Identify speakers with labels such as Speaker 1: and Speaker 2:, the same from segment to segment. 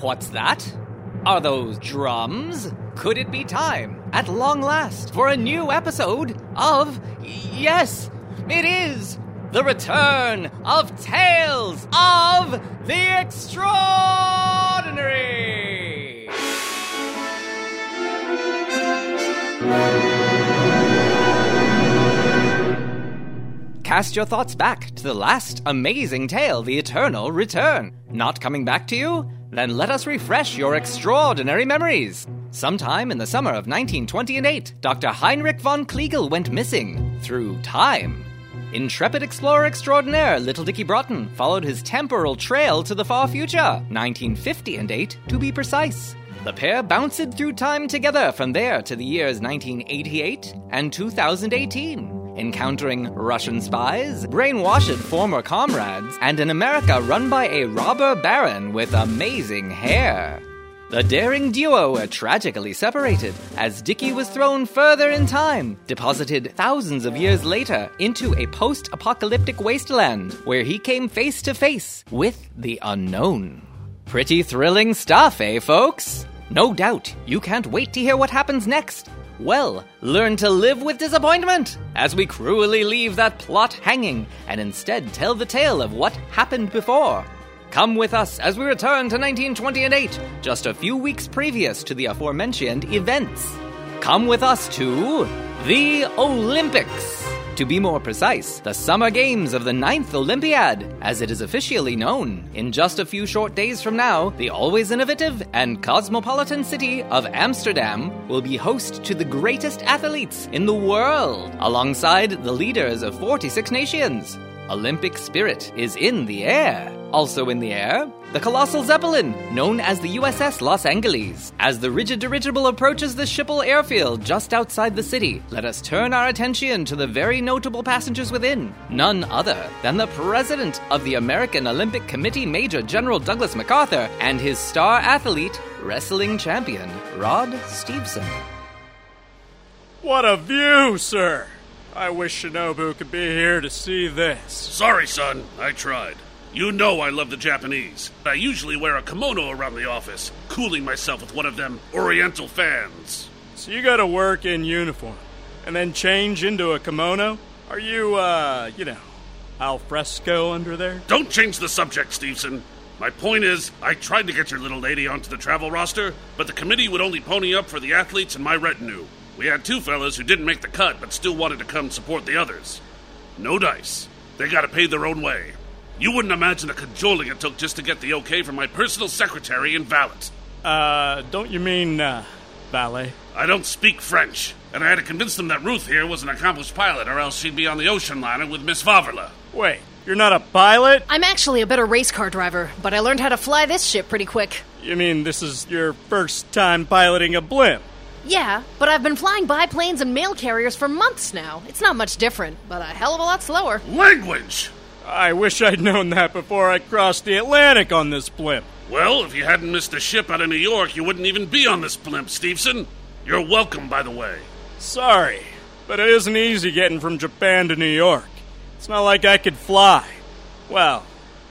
Speaker 1: What's that? Are those drums? Could it be time, at long last, for a new episode of. Yes, it is! The return of Tales of the Extraordinary! Cast your thoughts back to the last amazing tale, The Eternal Return. Not coming back to you? Then let us refresh your extraordinary memories. Sometime in the summer of 1928, Dr. Heinrich von Klegel went missing through time. Intrepid explorer extraordinaire Little Dicky Broughton followed his temporal trail to the far future, 1950 and 8 to be precise. The pair bounced through time together from there to the years 1988 and 2018 encountering Russian spies, brainwashed former comrades, and an America run by a robber baron with amazing hair. The daring duo were tragically separated as Dicky was thrown further in time, deposited thousands of years later into a post apocalyptic wasteland where he came face to face with the unknown. Pretty thrilling stuff, eh, folks? No doubt you can't wait to hear what happens next. Well, learn to live with disappointment as we cruelly leave that plot hanging and instead tell the tale of what happened before. Come with us as we return to 1928, just a few weeks previous to the aforementioned events. Come with us to the Olympics. To be more precise, the Summer Games of the Ninth Olympiad, as it is officially known. In just a few short days from now, the always innovative and cosmopolitan city of Amsterdam will be host to the greatest athletes in the world, alongside the leaders of 46 nations. Olympic spirit is in the air. Also in the air, the colossal zeppelin, known as the USS Los Angeles. As the rigid dirigible approaches the Schiphol airfield just outside the city, let us turn our attention to the very notable passengers within. None other than the president of the American Olympic Committee, Major General Douglas MacArthur, and his star athlete, wrestling champion, Rod Stevenson.
Speaker 2: What a view, sir! I wish Shinobu could be here to see this.
Speaker 3: Sorry, son. I tried. You know I love the Japanese. I usually wear a kimono around the office, cooling myself with one of them Oriental fans.
Speaker 2: So you gotta work in uniform and then change into a kimono? Are you, uh, you know, al fresco under there?
Speaker 3: Don't change the subject, Stevenson. My point is, I tried to get your little lady onto the travel roster, but the committee would only pony up for the athletes in my retinue. We had two fellas who didn't make the cut but still wanted to come support the others. No dice. They gotta pay their own way. You wouldn't imagine the cajoling it took just to get the okay from my personal secretary and valet.
Speaker 2: Uh, don't you mean, uh, ballet?
Speaker 3: I don't speak French, and I had to convince them that Ruth here was an accomplished pilot, or else she'd be on the ocean liner with Miss Vaverla.
Speaker 2: Wait, you're not a pilot?
Speaker 4: I'm actually a better race car driver, but I learned how to fly this ship pretty quick.
Speaker 2: You mean this is your first time piloting a blimp?
Speaker 4: Yeah, but I've been flying biplanes and mail carriers for months now. It's not much different, but a hell of a lot slower.
Speaker 3: Language!
Speaker 2: I wish I'd known that before I crossed the Atlantic on this blimp.
Speaker 3: Well, if you hadn't missed a ship out of New York, you wouldn't even be on this blimp, Stevenson. You're welcome, by the way.
Speaker 2: Sorry, but it isn't easy getting from Japan to New York. It's not like I could fly. Well,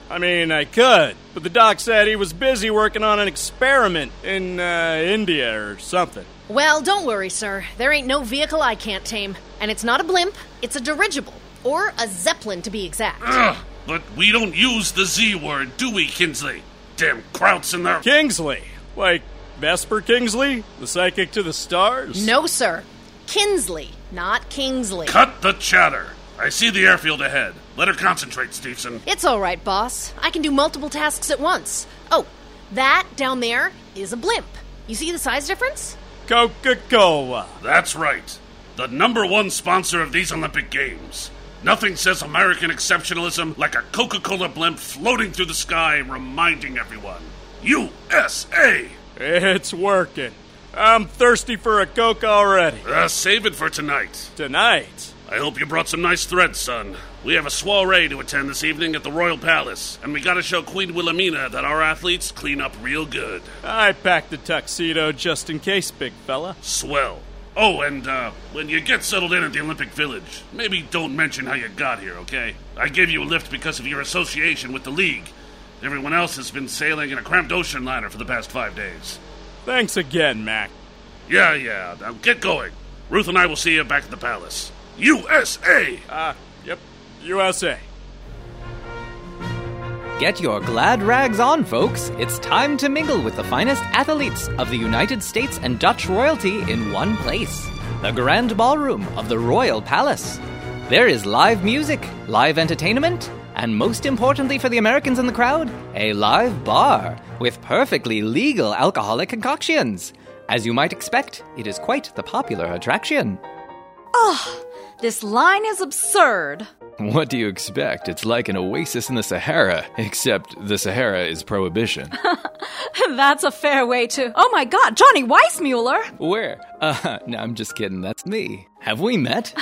Speaker 2: I mean, I could, but the doc said he was busy working on an experiment in uh, India or something.
Speaker 4: Well, don't worry, sir. There ain't no vehicle I can't tame. And it's not a blimp, it's a dirigible. Or a zeppelin, to be exact.
Speaker 3: Ugh, but we don't use the Z word, do we, Kinsley? Damn krauts in there.
Speaker 2: Kingsley! Like Vesper Kingsley? The psychic to the stars?
Speaker 4: No, sir. Kinsley, not Kingsley.
Speaker 3: Cut the chatter. I see the airfield ahead. Let her concentrate, Stevenson.
Speaker 4: It's all right, boss. I can do multiple tasks at once. Oh, that down there is a blimp. You see the size difference?
Speaker 2: Coca Cola.
Speaker 3: That's right. The number one sponsor of these Olympic Games. Nothing says American exceptionalism like a Coca Cola blimp floating through the sky, reminding everyone USA!
Speaker 2: It's working. I'm thirsty for a Coke already.
Speaker 3: Uh, save it for tonight.
Speaker 2: Tonight.
Speaker 3: I hope you brought some nice threads, son. We have a soiree to attend this evening at the Royal Palace, and we gotta show Queen Wilhelmina that our athletes clean up real good.
Speaker 2: I packed a tuxedo just in case, big fella.
Speaker 3: Swell. Oh, and uh, when you get settled in at the Olympic Village, maybe don't mention how you got here, okay? I gave you a lift because of your association with the league. Everyone else has been sailing in a cramped ocean liner for the past five days.
Speaker 2: Thanks again, Mac.
Speaker 3: Yeah, yeah, now get going. Ruth and I will see you back at the palace. USA!
Speaker 2: Ah, yep. USA.
Speaker 1: Get your glad rags on, folks. It's time to mingle with the finest athletes of the United States and Dutch royalty in one place the Grand Ballroom of the Royal Palace. There is live music, live entertainment, and most importantly for the Americans in the crowd, a live bar with perfectly legal alcoholic concoctions. As you might expect, it is quite the popular attraction.
Speaker 5: This line is absurd.
Speaker 6: What do you expect? It's like an oasis in the Sahara, except the Sahara is prohibition.
Speaker 5: That's a fair way to. Oh my god, Johnny Weissmuller!
Speaker 1: Where? Uh, no, I'm just kidding. That's me. Have we met?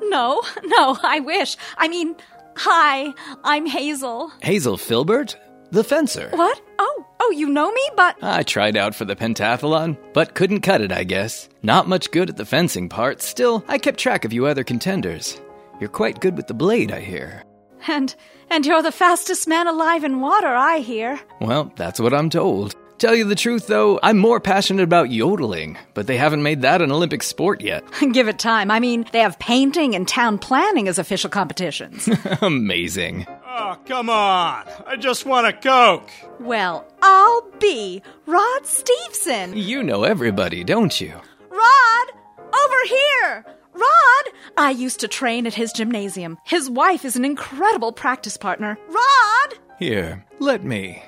Speaker 5: No, no, I wish. I mean, hi, I'm Hazel.
Speaker 1: Hazel Filbert, the fencer.
Speaker 5: What? Oh, oh, you know me, but.
Speaker 1: I tried out for the pentathlon, but couldn't cut it, I guess. Not much good at the fencing part, still, I kept track of you other contenders. You're quite good with the blade, I hear.
Speaker 5: And, and you're the fastest man alive in water, I hear.
Speaker 1: Well, that's what I'm told. Tell you the truth, though, I'm more passionate about yodeling, but they haven't made that an Olympic sport yet.
Speaker 5: Give it time. I mean, they have painting and town planning as official competitions.
Speaker 1: Amazing.
Speaker 2: Oh, come on. I just want a Coke.
Speaker 5: well, I'll be Rod Steveson.
Speaker 1: You know everybody, don't you?
Speaker 5: Rod, over here! Rod! I used to train at his gymnasium. His wife is an incredible practice partner. Rod!
Speaker 1: Here, let me.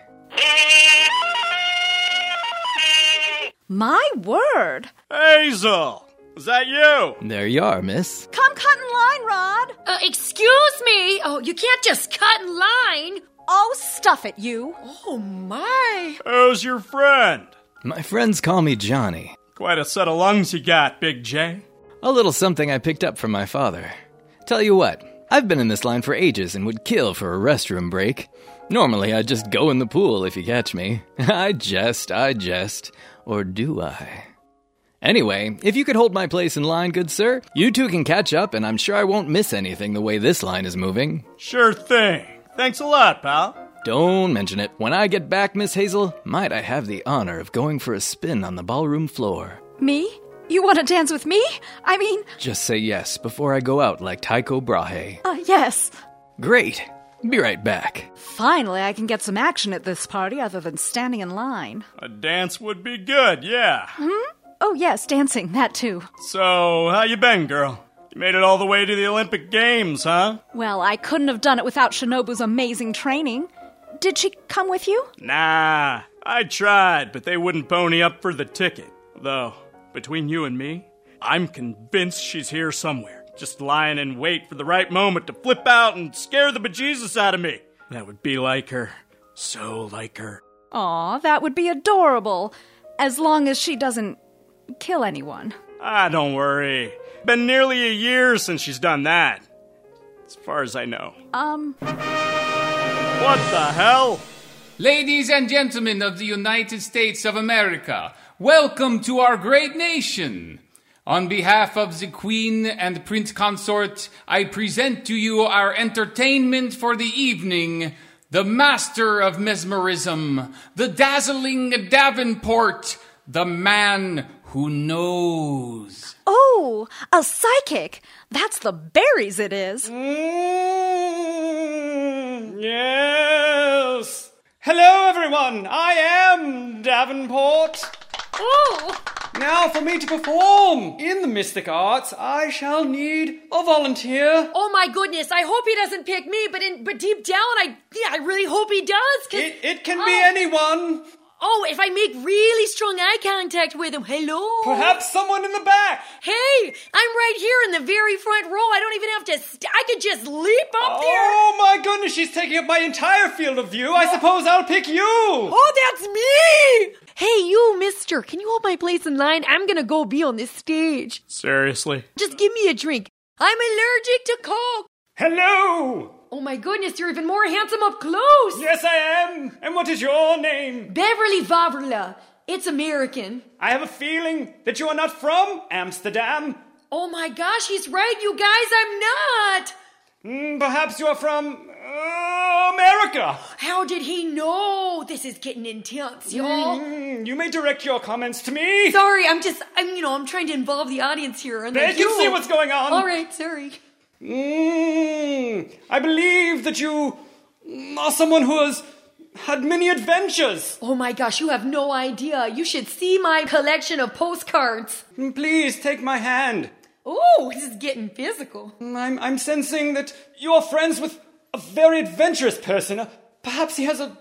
Speaker 5: My word!
Speaker 2: Hazel! Is that you?
Speaker 1: There you are, miss.
Speaker 5: Come cut in line, Rod!
Speaker 7: Uh, excuse me. Oh, you can't just cut in line.
Speaker 5: Oh, stuff it, you!
Speaker 7: Oh my.
Speaker 2: Who's your friend?
Speaker 1: My friends call me Johnny.
Speaker 2: Quite a set of lungs you got, Big J.
Speaker 1: A little something I picked up from my father. Tell you what, I've been in this line for ages and would kill for a restroom break. Normally, I'd just go in the pool if you catch me. I jest, I jest. Or do I? Anyway, if you could hold my place in line, good sir, you two can catch up, and I'm sure I won't miss anything the way this line is moving.
Speaker 2: Sure thing. Thanks a lot, pal.
Speaker 1: Don't mention it. When I get back, Miss Hazel, might I have the honor of going for a spin on the ballroom floor?
Speaker 5: Me? You want to dance with me? I mean,
Speaker 1: Just say yes before I go out like Tycho Brahe.
Speaker 5: uh, yes.
Speaker 1: Great. Be right back.
Speaker 5: Finally, I can get some action at this party other than standing in line.
Speaker 2: A dance would be good, yeah.
Speaker 5: Oh, yes, dancing, that too.
Speaker 2: So, how you been, girl? You made it all the way to the Olympic Games, huh?
Speaker 5: Well, I couldn't have done it without Shinobu's amazing training. Did she come with you?
Speaker 2: Nah, I tried, but they wouldn't pony up for the ticket. Though, between you and me, I'm convinced she's here somewhere, just lying in wait for the right moment to flip out and scare the bejesus out of me. That would be like her. So like her.
Speaker 5: Aw, that would be adorable. As long as she doesn't kill anyone.
Speaker 2: Ah, don't worry. Been nearly a year since she's done that. As far as I know.
Speaker 5: Um,
Speaker 2: What the hell?
Speaker 8: Ladies and gentlemen of the United States of America, welcome to our great nation. On behalf of the Queen and Prince Consort, I present to you our entertainment for the evening. The master of mesmerism, the dazzling Davenport, the man who knows.
Speaker 5: oh, a psychic! That's the berries it is!
Speaker 2: Mm, Yes. Hello, everyone. I am Davenport.
Speaker 7: Oh,
Speaker 2: Now, for me to perform in the mystic arts, I shall need a volunteer.
Speaker 7: oh my goodness. I hope he doesn't pick me, but in, but deep down, I yeah, I really hope he does. 'cause-
Speaker 2: It, it can
Speaker 7: Oh.
Speaker 2: be anyone.
Speaker 7: oh, if I make really strong eye contact with him, hello.
Speaker 2: Perhaps someone in the back.
Speaker 7: Hey, I'm right here in the very front row. I don't even have to. St- I could just leap up there.
Speaker 2: Oh my goodness, she's taking up my entire field of view. I suppose I'll pick you.
Speaker 7: Oh, that's me. Hey, you, Mister. Can you hold my place in line? I'm gonna go be on this stage.
Speaker 2: Seriously.
Speaker 7: Just give me a drink. I'm allergic to coke.
Speaker 2: Hello.
Speaker 7: Oh my goodness, you're even more handsome up close.
Speaker 2: Yes, I am. And what is your name?
Speaker 7: Beverly Vavrila. It's American.
Speaker 2: I have a feeling that you are not from Amsterdam.
Speaker 7: Oh my gosh, he's right, you guys. I'm not.
Speaker 9: Mm, Perhaps you are from uh, America.
Speaker 7: How did he know? This is getting intense, y'all.
Speaker 9: Mm, You may direct your comments to me.
Speaker 7: Sorry, I'm just, I'm, you know, I'm trying to involve the audience here. And
Speaker 9: They
Speaker 7: like,
Speaker 9: can
Speaker 7: you-
Speaker 9: see what's going on.
Speaker 7: All right, sorry.
Speaker 9: Mm, I believe that you are someone who has had many adventures.
Speaker 7: Oh my gosh, you have no idea. You should see my collection of postcards.
Speaker 9: Please take my hand.
Speaker 7: Oh, this is getting physical.
Speaker 9: I'm, I'm sensing that you are friends with a very adventurous person. Uh, Perhaps he has a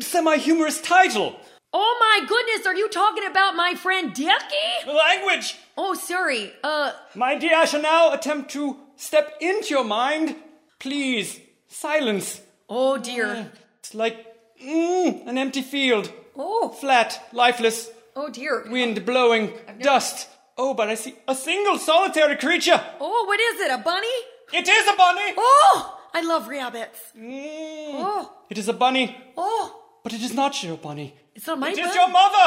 Speaker 9: semi humorous title.
Speaker 7: Oh my goodness, are you talking about my friend Dicky?
Speaker 9: Language!
Speaker 7: Oh, sorry. Uh,
Speaker 9: My dear, I shall now attempt to step into your mind. Please, silence.
Speaker 7: oh dear.
Speaker 9: It's like mm, an empty field.
Speaker 7: Oh,
Speaker 9: Flat, lifeless,
Speaker 7: oh dear.
Speaker 9: wind blowing, dust. Oh, but I see a single solitary creature.
Speaker 7: Oh, what is it? A bunny?
Speaker 9: It is a bunny!
Speaker 7: Oh, I love rabbits.
Speaker 9: Mm.
Speaker 7: Oh,
Speaker 9: It is a bunny,
Speaker 7: oh,
Speaker 9: but it is not your bunny.
Speaker 7: it's not my
Speaker 9: It
Speaker 7: bun-
Speaker 9: is your mother!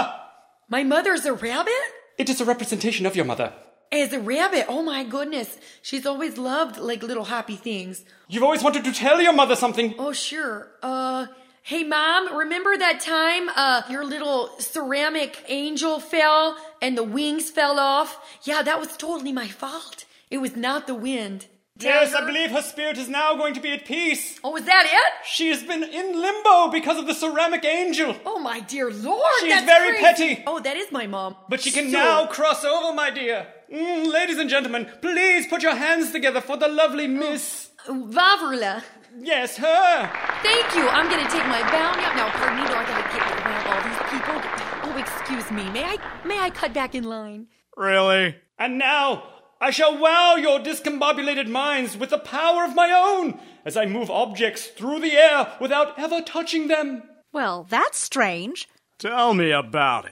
Speaker 7: My mother's a rabbit?
Speaker 9: It is a representation of your mother.
Speaker 7: As a rabbit, oh my goodness. She's always loved like little happy things.
Speaker 9: You've always wanted to tell your mother something.
Speaker 7: Oh, sure. Uh, hey, mom, remember that time uh, your little ceramic angel fell and the wings fell off? Yeah, that was totally my fault. It was not the wind.
Speaker 9: Yes, I believe her spirit is now going to be at peace.
Speaker 7: Oh, is that it?
Speaker 9: She has been in limbo because of the ceramic angel.
Speaker 7: Oh, my dear lord.
Speaker 9: She's
Speaker 7: that's
Speaker 9: very
Speaker 7: crazy.
Speaker 9: petty.
Speaker 7: Oh, that is my mom.
Speaker 9: But she can
Speaker 7: So-
Speaker 9: now cross over, my dear. Mm, ladies and gentlemen, please put your hands together for the lovely Miss.
Speaker 7: Vavrila.
Speaker 9: Yes, her.
Speaker 7: Thank you. I'm going to take my bow now. Now, pardon me, though, I got to get around all these people. Oh, excuse me. May I, may I cut back in line?
Speaker 2: Really?
Speaker 9: And now I shall wow your discombobulated minds with the power of my own as I move objects through the air without ever touching them.
Speaker 5: Well, that's strange.
Speaker 2: Tell me about it.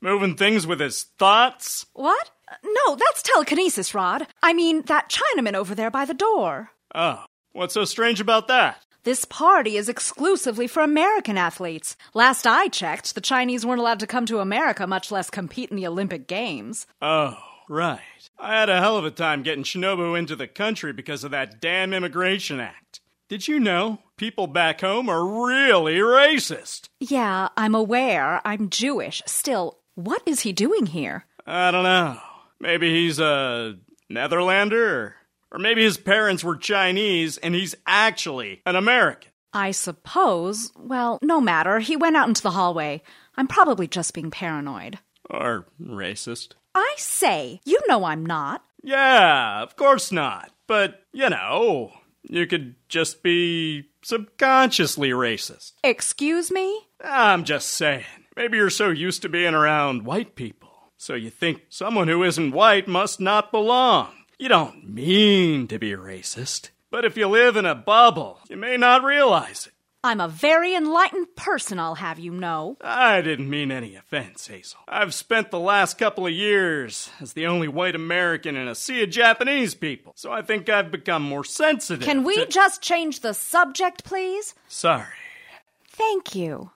Speaker 2: Moving things with his thoughts?
Speaker 5: What? No, that's telekinesis, Rod. I mean, that Chinaman over there by the door.
Speaker 2: Oh, what's so strange about that?
Speaker 5: This party is exclusively for American athletes. Last I checked, the Chinese weren't allowed to come to America, much less compete in the Olympic Games.
Speaker 2: Oh, right. I had a hell of a time getting Shinobu into the country because of that damn Immigration Act. Did you know people back home are really racist?
Speaker 5: Yeah, I'm aware. I'm Jewish. Still, what is he doing here?
Speaker 2: I don't know. Maybe he's a Netherlander? Or maybe his parents were Chinese and he's actually an American.
Speaker 5: I suppose, well, no matter. He went out into the hallway. I'm probably just being paranoid.
Speaker 2: Or racist.
Speaker 5: I say, you know I'm not.
Speaker 2: Yeah, of course not. But, you know, you could just be subconsciously racist.
Speaker 5: Excuse me?
Speaker 2: I'm just saying. Maybe you're so used to being around white people, so you think someone who isn't white must not belong. You don't mean to be racist, but if you live in a bubble, you may not realize it.
Speaker 5: I'm a very enlightened person, I'll have you know.
Speaker 2: I didn't mean any offense, Hazel. I've spent the last couple of years as the only white American in a sea of Japanese people, so I think I've become more sensitive.
Speaker 5: Can we
Speaker 2: to-
Speaker 5: just change the subject, please?
Speaker 2: Sorry.
Speaker 5: Thank you.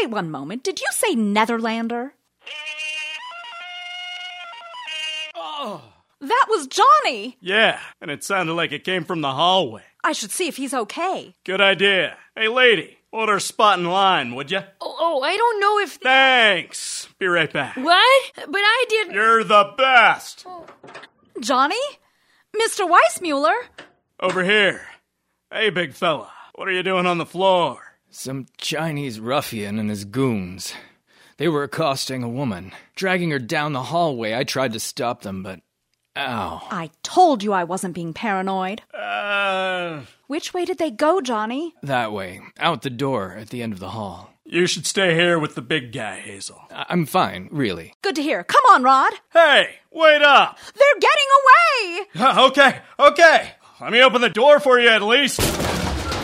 Speaker 5: Wait one moment. Did you say Netherlander? Oh. That was Johnny.
Speaker 2: Yeah, and it sounded like it came from the hallway.
Speaker 5: I should see if he's okay.
Speaker 2: Good idea. Hey, lady, order a spot in line, would you?
Speaker 7: Oh, oh I don't know if.
Speaker 2: Thanks. Be right back.
Speaker 7: what? But I didn't.
Speaker 2: You're the best.
Speaker 5: Johnny? Mr. Weissmuller?
Speaker 2: Over here. Hey, big fella. What are you doing on the floor?
Speaker 1: Some Chinese ruffian and his goons. They were accosting a woman, dragging her down the hallway. I tried to stop them, but ow.
Speaker 5: I told you I wasn't being paranoid.
Speaker 2: Uh,
Speaker 5: Which way did they go, Johnny?
Speaker 1: That way, out the door at the end of the hall.
Speaker 2: you should stay here with the big guy, Hazel.
Speaker 1: I- I'm fine, really.
Speaker 5: Good to hear. Come on, Rod.
Speaker 2: Hey, wait up.
Speaker 5: They're getting away!
Speaker 2: Uh, okay, okay. Let me open the door for you at least.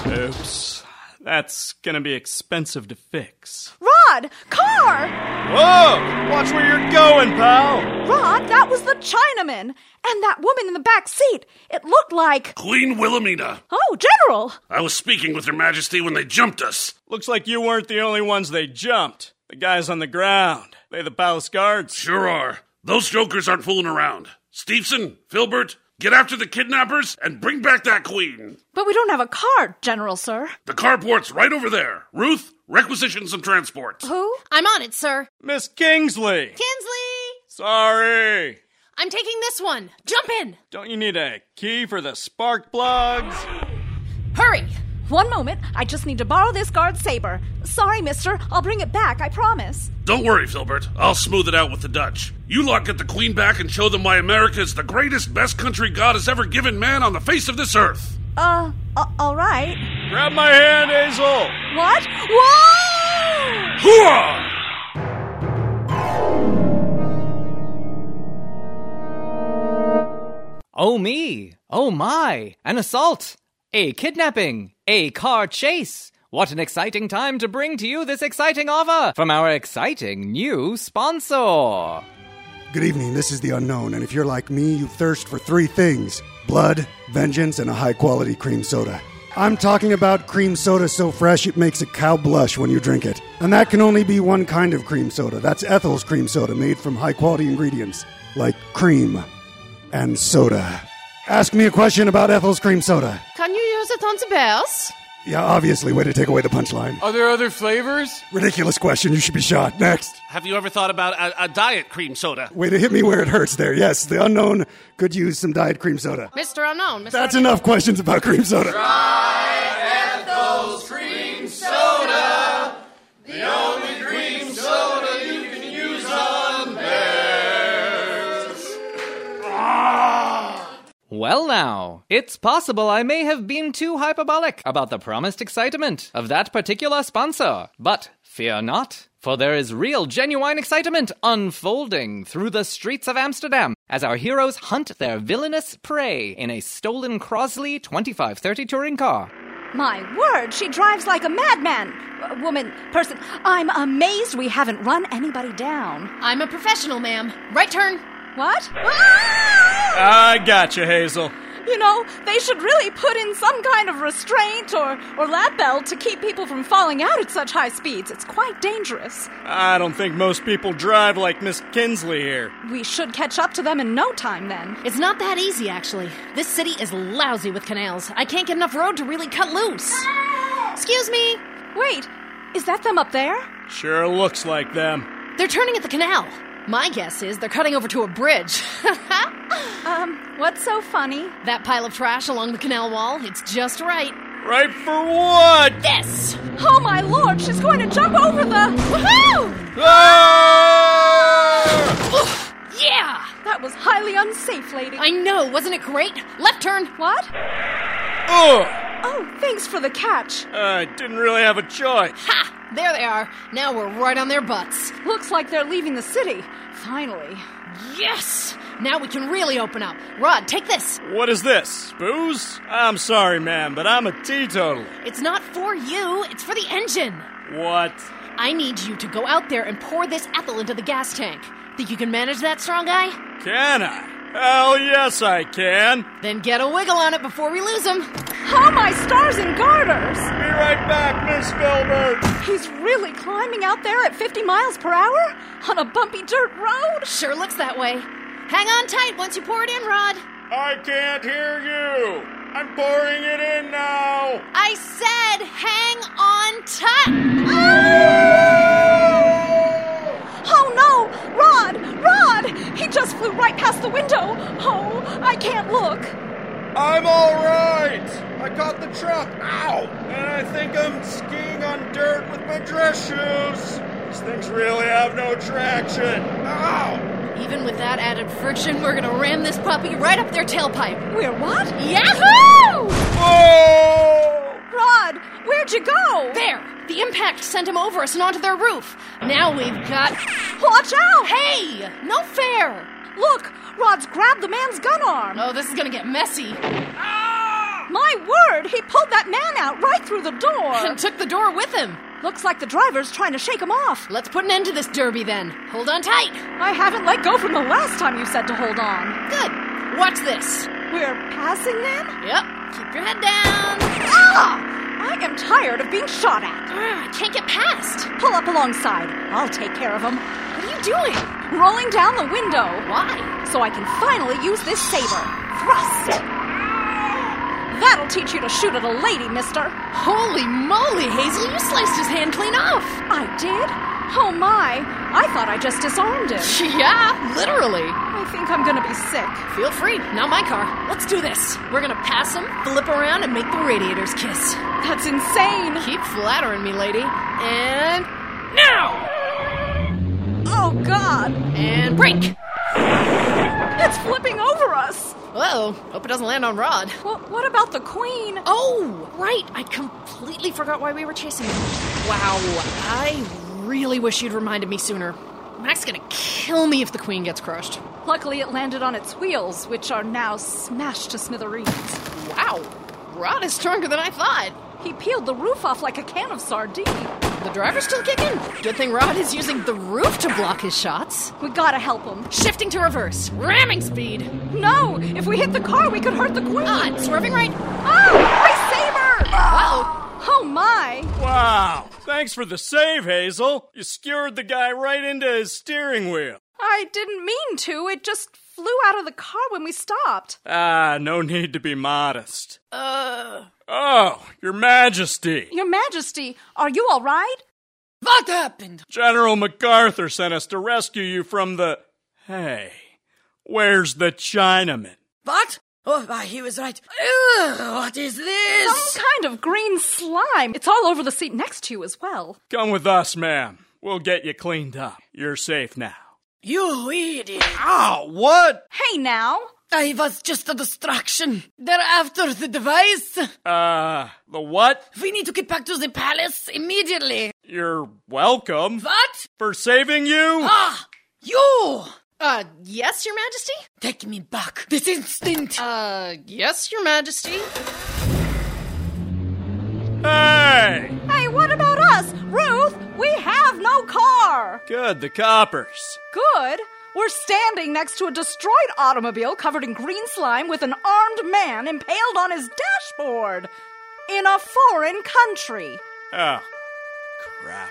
Speaker 2: Oops. That's gonna be expensive to fix.
Speaker 5: Rod! Car!
Speaker 2: Whoa! Watch where you're going, pal.
Speaker 5: Rod, that was the Chinaman! And that woman in the back seat! It looked like.
Speaker 3: Queen Wilhelmina.
Speaker 5: Oh, General!
Speaker 3: I was speaking with Her Majesty when they jumped us.
Speaker 2: Looks like you weren't the only ones they jumped. The guys on the ground. They the palace guards.
Speaker 3: Sure are. Those jokers aren't fooling around. Steveson, Filbert, Get after the kidnappers and bring back that queen.
Speaker 5: But we don't have a car, General, sir.
Speaker 3: The carport's right over there. Ruth, requisition some transport.
Speaker 5: Who?
Speaker 4: I'm on it, sir.
Speaker 2: Miss Kingsley!
Speaker 4: Kinsley!
Speaker 2: Sorry!
Speaker 4: I'm taking this one. Jump in.
Speaker 2: Don't you need a key for the spark plugs?
Speaker 4: Hurry.
Speaker 5: One moment. I just need to borrow this guard saber. Sorry, mister. I'll bring it back, I promise.
Speaker 3: Don't worry, Filbert. I'll smooth it out with the Dutch. You lot get the queen back and show them why America is the greatest, best country God has ever given man on the face of this earth.
Speaker 5: Uh, a- all right.
Speaker 2: Grab my hand, Hazel!
Speaker 5: What? Whoa!
Speaker 3: Hoorah!
Speaker 1: Oh me! Oh my! An assault! A kidnapping! A car chase! What an exciting time to bring to you this exciting offer from our exciting new sponsor!
Speaker 9: Good evening, this is The Unknown, and if you're like me, you thirst for three things blood, vengeance, and a high quality cream soda. I'm talking about cream soda so fresh it makes a cow blush when you drink it. And that can only be one kind of cream soda. That's Ethel's cream soda, made from high quality ingredients like cream and soda. Ask me a question about Ethel's cream soda.
Speaker 4: Can you use it on the bells?
Speaker 9: Yeah, obviously, way to take away the punchline.
Speaker 8: Are there other flavors?
Speaker 9: Ridiculous question, you should be shot. Next.
Speaker 3: Have you ever thought about a, a diet cream soda?
Speaker 9: Way to hit me where it hurts there. Yes, The Unknown could use some diet cream soda.
Speaker 4: Mr. Unknown. Mr.
Speaker 9: That's enough questions about cream soda.
Speaker 1: Well, now, it's possible I may have been too hyperbolic about the promised excitement of that particular sponsor, but fear not, for there is real, genuine excitement unfolding through the streets of Amsterdam as our heroes hunt their villainous prey in a stolen Crosley 2530 touring car.
Speaker 5: My word, she drives like a madman. Uh, Woman, person, I'm amazed we haven't run anybody down.
Speaker 4: I'm a professional, ma'am. Right turn.
Speaker 5: What? Ah!
Speaker 2: I gotcha, Hazel.
Speaker 5: You know, they should really put in some kind of restraint or, or lap belt to keep people from falling out at such high speeds. It's quite dangerous.
Speaker 2: I don't think most people drive like Miss Kinsley here.
Speaker 5: We should catch up to them in no time then.
Speaker 4: It's not that easy, actually. This city is lousy with canals. I can't get enough road to really cut loose. Excuse me.
Speaker 5: Wait, is that them up there?
Speaker 2: Sure looks like them.
Speaker 4: They're turning at the canal. My guess is they're cutting over to a bridge.
Speaker 5: Um, what's so funny?
Speaker 4: that pile of trash along the canal wall, it's just right.
Speaker 2: Right for what?
Speaker 4: This!
Speaker 5: Oh my lord, she's going to jump over the. Woohoo!
Speaker 2: Ah!
Speaker 4: Yeah!
Speaker 5: That was highly unsafe, lady.
Speaker 4: I know, wasn't it great? Left turn!
Speaker 5: What?
Speaker 2: Ugh!
Speaker 5: Oh, thanks for the catch.
Speaker 2: I didn't really have a choice.
Speaker 4: Ha! There they are. Now we're right on their butts.
Speaker 5: Looks like they're leaving the city. Finally.
Speaker 4: Yes! Now we can really open up. Rod, take this.
Speaker 2: What is this? Booze? I'm sorry, ma'am, but I'm a teetotaler.
Speaker 4: It's not for you, it's for the engine.
Speaker 2: What?
Speaker 4: I need you to go out there and pour this ethyl into the gas tank. Think you can manage that, strong guy?
Speaker 2: Can I? Hell yes, I can.
Speaker 4: Then get a wiggle on it before we lose him.
Speaker 5: Oh my stars and garters!
Speaker 2: Be right back, Miss Filbert.
Speaker 5: He's really climbing out there at 50 miles per hour? On a bumpy dirt road?
Speaker 4: Sure looks that way. Hang on tight once you pour it in, Rod.
Speaker 2: I can't hear you. I'm pouring it in now.
Speaker 4: I said hang on tight!
Speaker 5: Oh no! Rod! Rod! He just flew right past the window! Oh, I can't look!
Speaker 2: I'm all right. I caught the truck. Ow! And I think I'm skiing on dirt with my dress shoes. These things really have no traction. Ow!
Speaker 4: Even with that added friction, we're gonna ram this puppy right up their tailpipe.
Speaker 5: We're what?
Speaker 4: Yahoo!
Speaker 2: Whoa!
Speaker 5: Rod! Where'd you go?
Speaker 4: There! The impact sent him over us and onto their roof. Now we've got.
Speaker 5: Watch out!
Speaker 4: Hey! No fair!
Speaker 5: Look! Rod's grabbed the man's gun arm!
Speaker 4: Oh, this is gonna get messy.
Speaker 5: My word! He pulled that man out right through the door!
Speaker 4: And took the door with him.
Speaker 5: Looks like the driver's trying to shake him off.
Speaker 4: Let's put an end to this derby then. Hold on tight.
Speaker 5: I haven't let go from the last time you said to hold on.
Speaker 4: Good. Watch this.
Speaker 5: We're passing them?
Speaker 4: Yep. Keep your head down.
Speaker 5: Ah! I am tired of being shot at.
Speaker 4: Ah, I can't get past.
Speaker 5: Pull up alongside. I'll take care of them.
Speaker 4: What are you doing?
Speaker 5: Rolling down the window
Speaker 4: Why?
Speaker 5: so I can finally use this saber. Christ! That'll teach you to shoot at a lady, mister.
Speaker 4: Holy moly, Hazel, you sliced his hand clean off!
Speaker 5: I did? Oh my, I thought I just disarmed him.
Speaker 4: Yeah, literally.
Speaker 5: I think I'm gonna be sick.
Speaker 4: Feel free, not my car. Let's do this. We're gonna pass him, flip around, and make the radiators kiss.
Speaker 5: That's insane.
Speaker 4: Keep flattering me, lady. And. Now!
Speaker 5: Oh god,
Speaker 4: And break!
Speaker 5: it's flipping over us.
Speaker 4: Whoa, hope it doesn't land on Rod.
Speaker 5: What, what about the queen?
Speaker 4: Oh, right. I completely forgot why we were chasing him. Wow. I really wish you'd reminded me sooner. Mac's gonna kill me if the queen gets crushed.
Speaker 5: Luckily, it landed on its wheels, which are now smashed to smithereens.
Speaker 4: Wow. Rod is stronger than I thought.
Speaker 5: He peeled the roof off like a can of sardine.
Speaker 4: The driver's still kicking? Good thing Rod is using the roof to block his shots.
Speaker 5: We gotta help him.
Speaker 4: Shifting to reverse. Ramming speed.
Speaker 5: No! If we hit the car, we could hurt the queen.
Speaker 4: On. Ah, Swerving right.
Speaker 5: Oh, I save her! Oh my!
Speaker 2: Wow. Thanks for the save, Hazel. You skewered the guy right into his steering wheel.
Speaker 5: I didn't mean to. It just flew out of the car when we stopped.
Speaker 2: Ah, no need to be modest. Uh. Oh, Your Majesty.
Speaker 5: Your Majesty, are you all right?
Speaker 7: What happened?
Speaker 2: General MacArthur sent us to rescue you from the. Hey, where's the Chinaman?
Speaker 7: What? Oh, why, he was right. Ugh, what is this?
Speaker 4: Oh,
Speaker 5: Some kind of green slime. It's all over the seat next to you as well.
Speaker 2: Come with us, ma'am. We'll get you cleaned up. You're safe now.
Speaker 7: You idiot.
Speaker 2: Oh, what?
Speaker 5: Hey now!
Speaker 7: I was just a distraction. They're after the device.
Speaker 2: Uh, the what?
Speaker 7: We need to get back to the palace immediately.
Speaker 2: You're welcome
Speaker 7: What?
Speaker 2: for saving you.
Speaker 7: Ah, you!
Speaker 4: Uh, yes, Your Majesty?
Speaker 7: Take me back this instant.
Speaker 4: Uh, yes, Your Majesty.
Speaker 2: Hey!
Speaker 5: Hey, what about us? Ruth, we have no car!
Speaker 2: Good, the coppers.
Speaker 5: Good. We're standing next to a destroyed automobile covered in green slime with an armed man impaled on his dashboard in a foreign country.
Speaker 2: Oh, crap.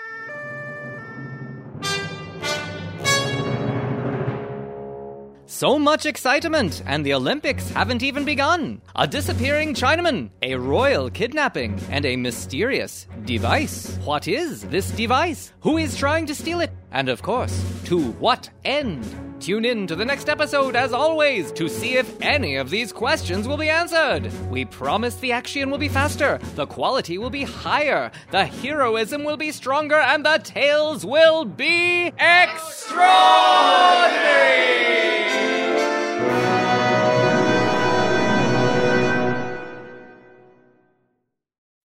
Speaker 1: So much excitement, and the Olympics haven't even begun. A disappearing Chinaman, a royal kidnapping, and a mysterious device. What is this device? Who is trying to steal it? And of course, to what end? Tune in to the next episode, as always, to see if any of these questions will be answered. We promise the action will be faster, the quality will be higher, the heroism will be stronger, and the tales will be extraordinary!